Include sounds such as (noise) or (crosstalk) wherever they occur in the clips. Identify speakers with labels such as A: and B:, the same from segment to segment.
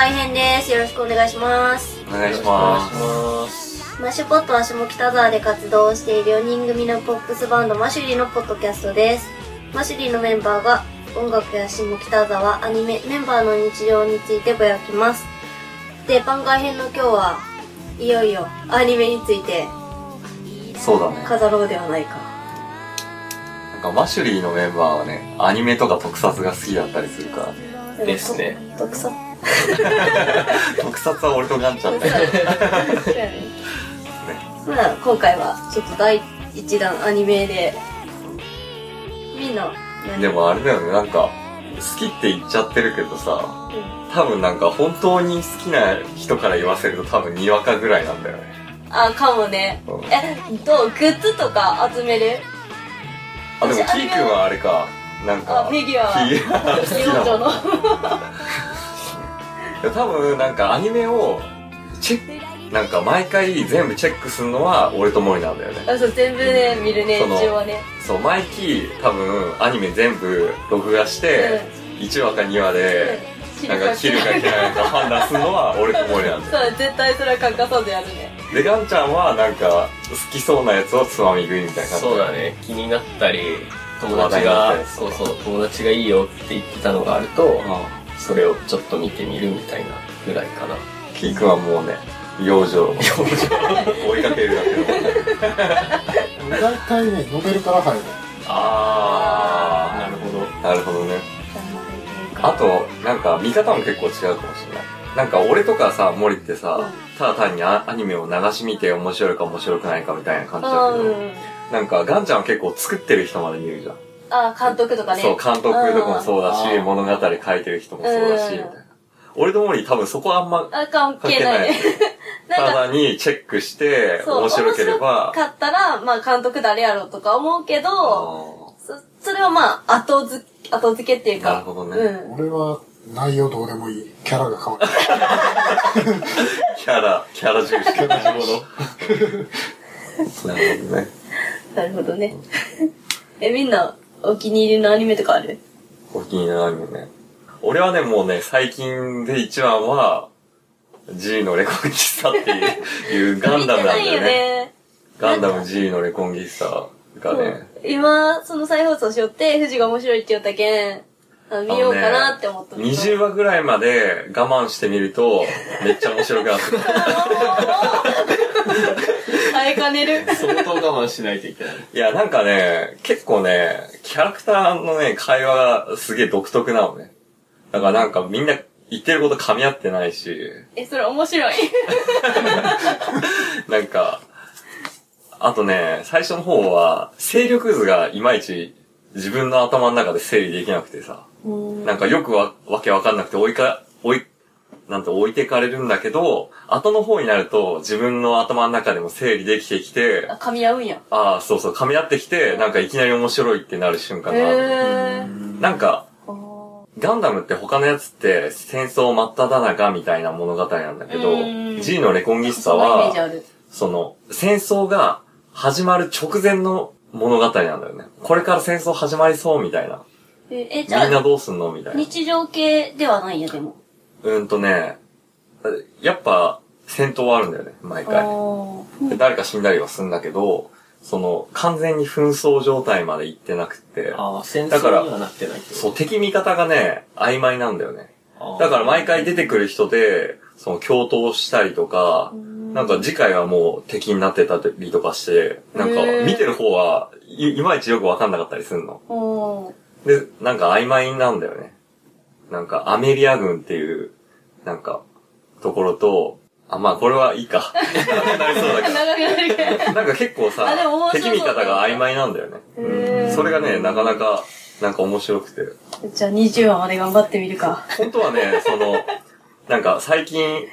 A: ろしくお願いします
B: お願いします
C: す
A: マッシュポットは下北沢で活動をしている4人組のポップスバンドマシュリのポッドキャストですマシュリのメンバーが音楽や下北沢アニメメンバーの日常についてぼやきますで番外編の今日はいよいよアニメについて
B: そうだね
A: 飾ろうではないか
B: なんかマシュリーのメンバーはねアニメとか特撮が好きだったりするからね
C: ですね
A: 特撮
B: (laughs) 特撮は俺とガンちゃんだよね
A: まあ今回はちょっと第一弾アニメでみんな何
B: で、もあれだよねなんか好きって言っちゃってるけどさ
A: うん
B: 多分なんか本当に好きな人から言わせると多分にわかぐらいなんだよね
A: あかもね
B: うん
A: えどうグッズとか集める
B: あでもキ
A: 私
B: ー君はあれかなんか
A: あフィギュア
B: フィギュア好き
A: 幼
B: なの
A: 女の
B: いや (laughs) 多分なんかアニメをチェックなんか毎回全部チェックするのは俺と森なんだよね
A: あそう全部ね見るね
B: その
A: 一応はね
B: そう毎期多分アニメ全部録画して、1話か2話で、
A: 切
B: なんか切るか切らないか判断するのは俺と森なんだよ
A: そう絶対それは欠かさずやるね
B: でガンちゃんはなんか好きそうなやつをつまみ食いみたいな感じ
C: そうだね気になったり友
B: 話題
C: 達
B: になった
C: が
B: り
C: そうそう友達がいいよって言ってたのがあるとそれをちょっと見てみるみたいなぐらいかな
B: うんキー君はもうね幼女を追いかけるだけ
D: (laughs)
B: の
D: 大体ねノベルから入る
B: あ
C: なるほど
B: あなるほどねあとなんか見方も結構違うかもしれないなんか俺とかさ森ってさ、
A: うん
B: ただ単にアアニメを流し見て面白いか面白くないかみたいな感じ
A: あ
B: だ
A: う
B: けど、
A: ん
B: なんかガンちゃんは結構作ってる人まで見るじゃん、
A: あ監督とかね
B: そう監督とかもそうだし
C: うん
B: 物語書いてる人もそうだ
A: う
B: し、
A: ん
B: みたいな俺と森多分そこはあんま
A: あ関
B: 関係
A: 係 (laughs) な
B: ないい
A: ねなんか
B: ただにチェックして
A: そう
B: 面白けれ
A: 面
B: ば
A: 白かったら、まあ監督誰やろうとか思うけど、そそれはまあ後付け、後付けっていうか。
B: なるほどね
A: うん。
D: 俺は内容どうでもいいキャラが変わる
B: あーキャラキャラ重視 (laughs)
D: キャラ重
B: なるほどね
A: なるほどね。 (laughs) え、みんな、お気に入りのアニメとかある
B: お気に入りのアニメね。俺はね、もうね、最近で一番は、G のレコンギスタっていういうガンダムなんだ
A: 見てな
B: よ
A: い
B: ね。
A: よね。
B: ガンダム G のレコンギスタがね、
A: そう今、その再放送しよって、富士が面白いって言ったけん、あの見ようかなって思ったの。 (laughs)
B: 20話ぐらいまで我慢してみると、めっちゃ面白くなってくる
A: (laughs) あえかねる。
C: 相当我慢しないといけない
B: いや、なんかね、結構ね、キャラクターのね、会話がすげえ独特なのね。だからなんかみんな言ってること噛み合ってないし、
A: え、それ面白い。
B: なんか、あとね、最初の方は、勢力図がいまいち自分の頭の中で整理できなくてさ、なんかよくわ、わけわかんなくて追いか、追い、なんて置いてかれるんだけど、後の方になると自分の頭の中でも整理できてきて
A: あ、、噛み合うんや。
B: ああ、そうそう、噛み合ってきて、なんかいきなり面白いってなる瞬間
A: へ
B: がある。
A: え。
B: なんか、ガンダムって他のやつって戦争真っ只中みたいな物語なんだけど
A: う、ん
B: G のレコンギスタ
A: そんなイメ
B: は
A: ージ、ある。
B: その、戦争が始まる直前の物語なんだよね。これから戦争始まりそうみたいな。
A: え、え
B: みん
A: じゃ
B: な
A: あ、
B: どうすんのみたいな。
A: 日常系ではないんや、でも。
B: うーんとね、やっぱ戦闘はあるんだよね、毎
A: あ
B: 回。
A: ー
B: で誰か死んだりはするんだけど、その、完全に紛争状態まで行ってなくて、
C: (laughs) ああ戦
B: だから
C: 争にはなってないって
B: そうう、敵味方がね、曖昧なんだよね。だから毎回出てくる人で、その、共闘したりとか、なんか次回はもう敵になってたりとかして、なんか
A: へー
B: 見てる方はい、いまいちよくわかんなかったりするの。
A: おー
B: で、なんか曖昧なんだよね。なんかアメリア軍っていう、なんか、ところと、あ、まあこれはい
A: (laughs)
B: いか。長くなりそうだけ
A: 長くなるけど。
B: ど。なんか結構さ
A: あでも面、白
B: 敵
A: そう
B: 味方が曖昧なんだよね。
A: へ
B: う
A: ー
B: んそれがね、なかなか、なんか面白くて。
A: (laughs) じゃあ20話まで頑張ってみるか。
B: 本当はね、その、なんか最近、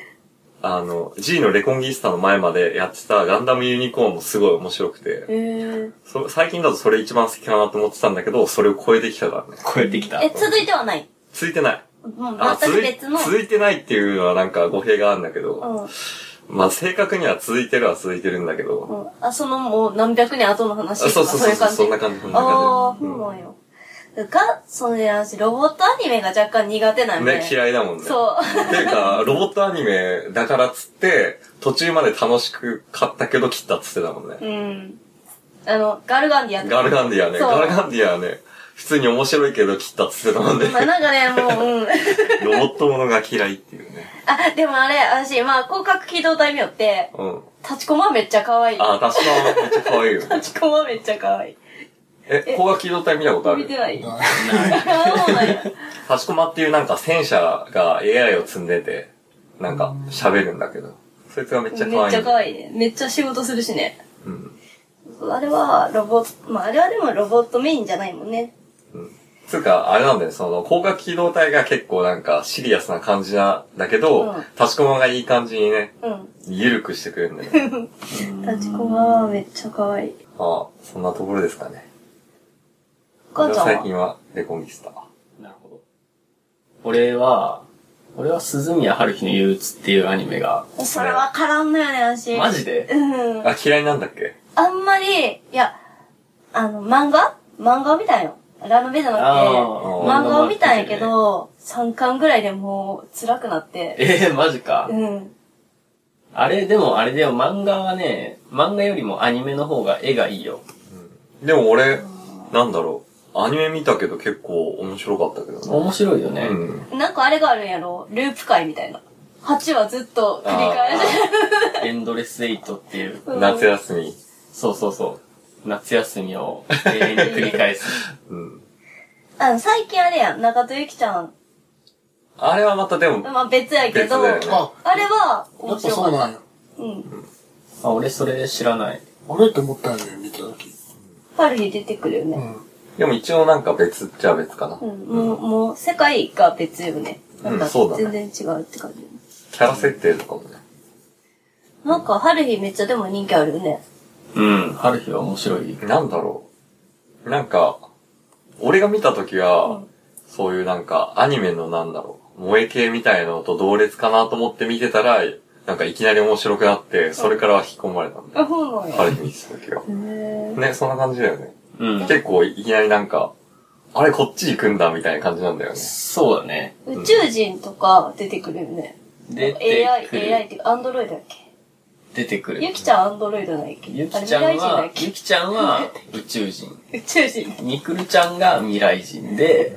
B: あの、G のレコンギスタの前までやってたガンダムユニコーンもすごい面白くて、
A: へー
B: そ最近だとそれ一番好きかなと思ってたんだけど、それを超えてきたからね。
C: 超えてきた
A: え、続いてはない。
B: ついてない。
A: うん、
B: あ、
A: 全
B: 続
A: く
B: い
A: 別の。
B: 続いてないっていうのはなんか語弊があるんだけ
A: う
B: ど、
A: ん、
B: まあ正確には続いてるは続いてるんだけど、
A: うん。あ、そのもう何百年後の
B: あ
A: 話
B: そ
A: と
B: うそう
A: か
B: そう
A: そういう
B: そう、
A: 感じ。
B: そんな感じ、そんな
A: ああ、
B: 感
A: そ
B: じ。
A: うなんよ。が、それ私、ロボットアニメが若干苦手なんで。
B: ね、嫌いだもんね。
A: そう。
B: っていうか、ロボットアニメだからっつって、途中まで楽しく買ったけど切ったっつってたもんね。
A: うん。 (laughs) あの、ガルガンディアとか
B: ガルガンディアね。
A: そう
B: ガルガンディアね、普通に面白いけど切ったっつってたもんね。
A: まあなんかね、もう、うん。
B: ロボットものが嫌いっていうね。
A: あ、でもあれ、私、まあ、広角機動隊名って、
B: うん。
A: 立ちコマめっちゃ可愛い。
B: あ、ダッシュマンめっちゃ可愛いよね。
A: 立ちコマめっちゃ可愛い。
B: え、高画機動隊見たことあ
A: 見て
B: る
A: ない (laughs)
D: な
A: あ、そうなんや。
B: ハチコマっていうなんか戦車が AI を積んでて、なんか喋るんだけど。そいつがめっちゃ可
A: めっ
B: 愛
A: ち
B: い。
A: ゃ可愛いね。めっちゃ仕事するしね。
B: うん。
A: あれは、ロボット、まあ、あれはでもロボットメインじゃないもんね。
B: つうか、あれなんだよ、その、光学機動隊が結構なんかシリアスな感じなんだけど、
A: うん
B: 立ちコマがいい感じにね、
A: うん。
B: ゆるくしてくれるんだよね。
A: (laughs) 立ちコマはめっちゃ可愛い。
B: まあ、そんなところですかね。
A: お母ちゃん
B: 最
A: は
B: 近はレコンギスタ。
C: なるほど。俺は、俺は鈴宮春日の憂鬱っていうアニメが、
A: それわからんのよね、私。
C: マジで
A: うん。
B: あ、嫌いなんだっけ
A: あんまり、いや、あの、漫画漫画みたいよ。ラノベじゃなくて、
B: ー
A: 漫画を見たんやけ。
C: あ
A: ど、3巻ぐらいでもう辛くなって。
C: えー、マジか
A: う。ん。
C: あれ、でもあれだよ、漫画はね、漫画よりもアニメの方が絵がいいよ。
B: でも俺、なんだろう。アニメ見たけど結構面白かったけどね。
C: 面白いよね。
B: うん。
A: なんかあれがあるんやろループ回みたいな。8はずっと繰り返し。
C: エンドレスエイトっていう、
A: うん
B: 夏休み。
C: そうそうそう。夏休みを永遠に繰り返 (laughs) す。
B: うん。
A: あの、最近あれやん、中戸ゆきちゃん。
B: あれはまたでも、
A: まあ別やけ
B: 別
A: ど、
B: だよね。
D: あ、
A: あれは
D: や
A: 面
D: っぱ
A: 白
D: そ
A: か
D: うな
A: っ
D: んや。
A: た。うん。
C: あ、俺それ知らない。
D: あれって思ったよね、見た時。
A: 春日出てくるよ
D: う
A: ね。
D: ん。
B: でも一応なんか別っちゃ別かな
A: う。ん。もう、もう、世界が別よね。なん
B: う
A: か
B: んそうだ
A: 全
B: ね
A: 然違うって感じ。
B: キャラ設定とかもね。
A: なんか、春日めっちゃでも人気あるよね。
C: うん。春日は面白い。
B: なんだろう。なんか、俺が見た時
A: う
B: は
A: ん、
B: そういうなんかアニメのなんだろう、萌え系みたいのと同列かなと思って見てたら、なんかいきなり面白くなって、それからは引き込まれたんだよ。
A: あ、そうなん
B: あ
A: や。
B: る日見てた時は。
A: へー
B: ね、そんな感じだよね。
C: うん。
B: 結構いきなりなんか、あれこっち行くんだみたいな感じなんだよね。
C: そうだね。
A: 宇宙人とか出てくるよね。
C: 出て
A: AI、
C: く
A: AI っ
C: る。
A: ていうか、アンドロイドだっけ
C: 出てくる
A: ゆ。きちゃんアンドロイドなんやっけ
C: ゆ
A: あ
C: き
A: れ
C: ちゃん
A: 未来人だ
C: は
A: っ、
C: ゆきちゃんは宇宙人。
A: け宇宙人。
C: みくるちゃんが未来人で、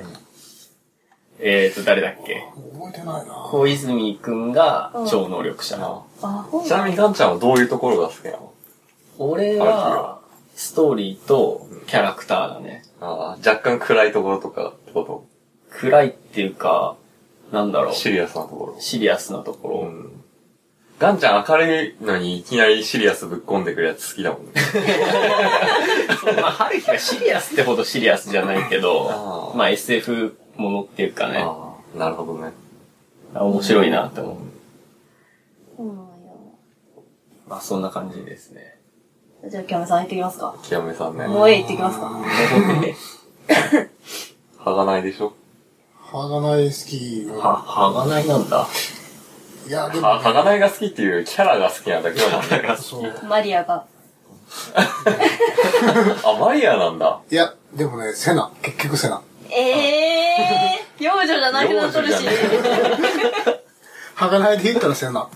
C: えーと、誰だっけ
D: 覚えてないな。
C: 小泉くんが超能力者。
A: あ、ほん
B: ちなみにガンちゃんはどういうところが好きなの
C: 俺は、ストーリーとキャラクターだね。
B: ああ、若干暗いところとかってこ
C: 暗いっていうか、なんだろ
B: と
C: う、
B: シリアスなとこ
C: シリアスなとこ
B: ろ。
C: ろ。
B: ん。ガンちゃん明るいのにいきなりシリアスぶっ込んでくるやつ好きだもんね。
C: まあ、春日はシリアスってほどシリアスじゃないけ
B: あ
C: ど
B: ー、
C: まあ SF ものっていうかね、
B: ああ、なるほどね。
C: 面白いなって思う。
A: そうなんや。
C: まあそんな感じですね。
A: じゃあ、キャメさん行ってきますか。
B: きやめさんね。
A: もうええ行ってきますか。
B: はがないでしょ
D: はがない好
C: (laughs)
D: き
C: は、
D: は。
C: はがないなんだ。
D: いや、で
B: は、
D: も、
B: はがないが好きっていうキャラが好きなだけだもんね。
D: (laughs) そう。
A: マリアが。
B: あ、マリアなんだ。
D: いや、でもね、セナ。結局セナ。
A: えー、幼女じゃなくなっとるし
B: 幼。女じゃない
D: はがないで言ったらセナ。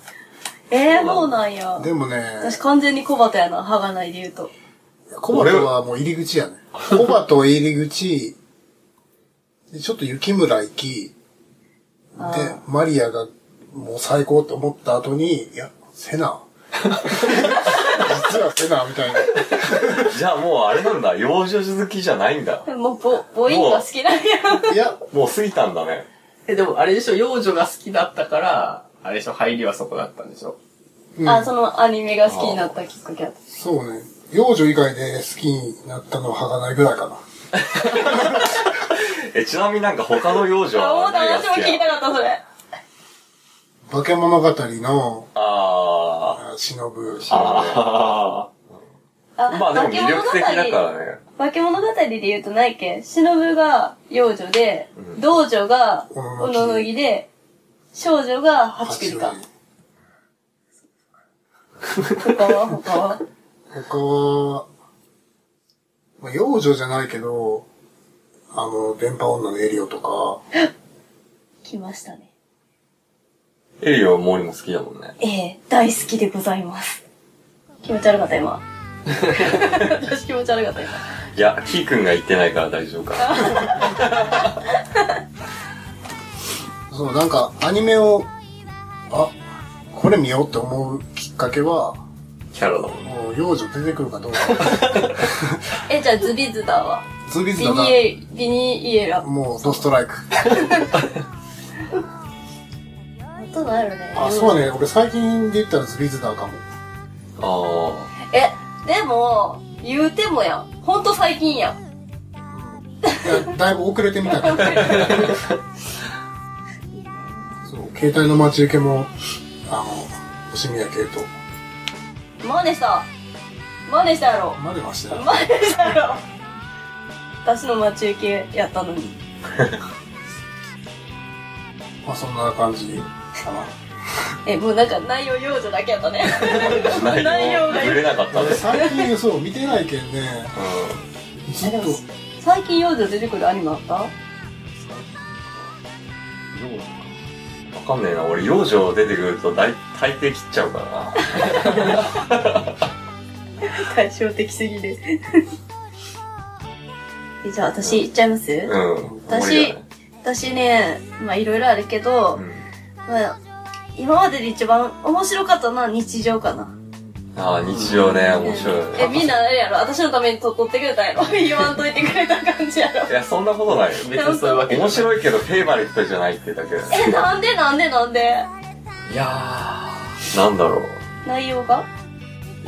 A: えー、そうなんや。
D: でもね、
A: 私完全に小畑やな、歯がないで言うと。
D: コバトはもう入り口やね。コバト入り口、でちょっと雪村行き、で
A: あー、
D: マリアがもう最高って思った後に、いや、セ (laughs) ナ。実はセナみたいな。
B: じゃあもうあれなんだ。幼女好きじゃないんだ。
A: もう、ぼ、ボインが好きなんや。
D: いや、
B: もう過ぎたんだね。
C: え、でもあれでしょ、幼女が好きだったから、あれでしょ、入りはそこだったんでしょ。
D: うん
A: あ、そのアニメが好きになったきっかけだっ
D: そうね。幼女以外で好きになったのはがないぐらいかな。
B: え、ちなみになんか他の幼女
A: た。あ、も
B: は
A: う私も
B: 好
A: 聞
B: き
A: きたかった、それ。
D: 化け物語の、
B: あ
D: あ忍ぶ。
B: ーあ
C: あ
A: あ
B: ー。まあでも魅力的だからね。
A: 化け物語で言うとないっけ忍が幼女で、道女が
D: お
A: お
D: の
A: の
D: の
A: の
D: ぎ
A: ぎで、少女が八
D: 八
A: 栗
D: 割
A: か。他は他は。
D: 他は、まあ、幼女じゃないけど、あの、電波女のエリオとか、
A: 来ましたね。
B: エリオは毛利も好きだもんね。
A: ええ大好きでございます。気持ち悪かった、今。私気持ち悪かった、今。
B: いや、キー君が言ってないから大丈夫か。
D: そう、なんかアニメを、あ、これ見ようって思うきっかけは、
B: キャラだもんね。
D: もう幼女出てくるかどうか。
A: え、じゃあズビズダーは
D: ズビ
A: ビ
D: ズだ
A: ニ
D: な。
A: エ、ビニエラ。
D: もうドストライク。
A: あとないよね。
D: あ、そうね。俺最近で言ったらズビズダーかも。
B: あ
A: え、でも、言うてもやん。ほんと最近やん。
D: いやだいぶ遅れてみたけど。そう、携帯の待ち受けも、あの、星宮系と。
A: マネした。マネしたやろ。
D: までましたよ。
A: マネしたやろ。私の待ち受けやったのに。
D: まあそんな感じかな。
A: え、もうなんか内容幼女だけやったね。
B: あ。内容が
A: が
B: ぶれなかった
D: 俺
B: です。
D: 最近そう見てないけんね
B: う
D: ずっ
A: で
D: と
A: も最近幼女出てくるアニメあった
B: ん。幼女わかんねえな。俺、幼女出てくると大大抵切っちゃうからな。
A: 対照的すぎる。えじゃあ私行っちゃいます、
B: うん。
A: (laughs) 私私ね、まあいろいろあるけど、
B: うん。
A: まあ、今までで一番面白かったのは日常かな。
B: ああ、日常ね、面白いよね。
A: え、みんなあれやろ私のために撮撮ってくれたんやろ (laughs) 言わんといてくれた感じやろ
B: いや、そんなことないよ。
C: 別にそういうわけ
B: 面
C: じゃない。
B: 白いけど、フェイバリットじゃないってだけだよね。
A: (laughs) え、なんでなんでなんで
B: いやー、なんだろう。
A: 内容が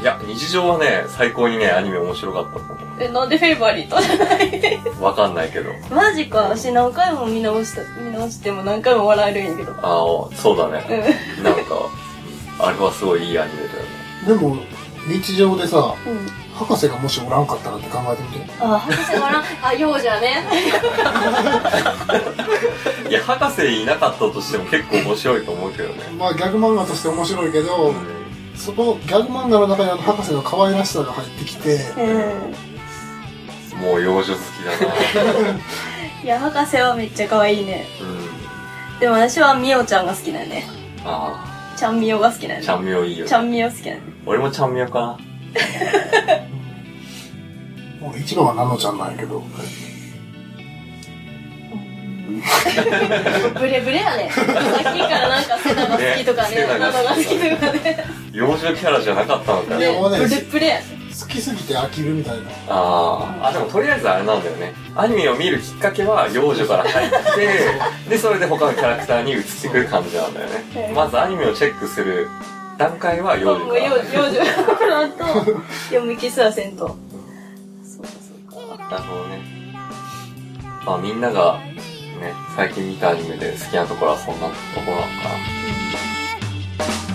B: いや、日常はね、最高にね、アニメ面白かったと思
A: え、なんでフェイバリートじゃない
B: う。わかんないけど。
A: (laughs) マジか。私何回も見直した、見直しても何回も笑えるんやけど。う
B: ああ、そうだね。
A: ん。
B: なんか、あれはすごいいいアニメだよね。
D: でも日常でさ
A: うん。
D: 博士がもしおらんかったらって考えてみて
A: あ、博士笑う。あ、幼女やね。
B: いや、博士いなかったとしても結構面白いと思うけどね。
D: まあギャグ漫画として面白いけど、
B: うん
D: そこのギャグ漫画の中にあの博士の可愛らしさが入ってきて
A: (laughs) うん。
B: もう幼女好きだな。
A: いや、博士はめっちゃ可愛いね。
B: うん。
A: でも私はミオちゃんが好きだよね。
B: あ
A: ちゃんみよが好きだよ
B: あ、
A: ね。
B: ちゃんみょいいよ、
A: ちゃ
B: ね。
A: んみよ好きだよね。
B: 俺もちゃんみょか
D: 俺一番はナノちゃんなんやけど
A: ブレブレやね。さっきからなんかセナが好きとかね、
B: ねセナ
A: ナ
B: が
A: ノが
B: 好
A: 好
B: き
A: き
B: とかね
A: とかね。
B: な。幼女キャラじゃなかったのか
D: ね
B: ね。
D: もう
A: ブレブレやね。
D: 好きすぎて飽きるみたいな
B: ああ、あ、でもとりあえずあれなんだよね。アニメを見るきっかけは幼女から
A: (laughs)
B: 入って、で、それで他のキャラクターに移ってくる感じなんだよね。まずアニメをチェックする段階は幼
A: も
B: 女
A: う
B: か
A: 幼女、 (laughs) 幼
B: ら、
A: 女なんと、読み消すはせんと。そうかそうか。
B: なるほどね。まあみんながね、最近見たアニメで好きなところはそんなところなのかな。
E: 「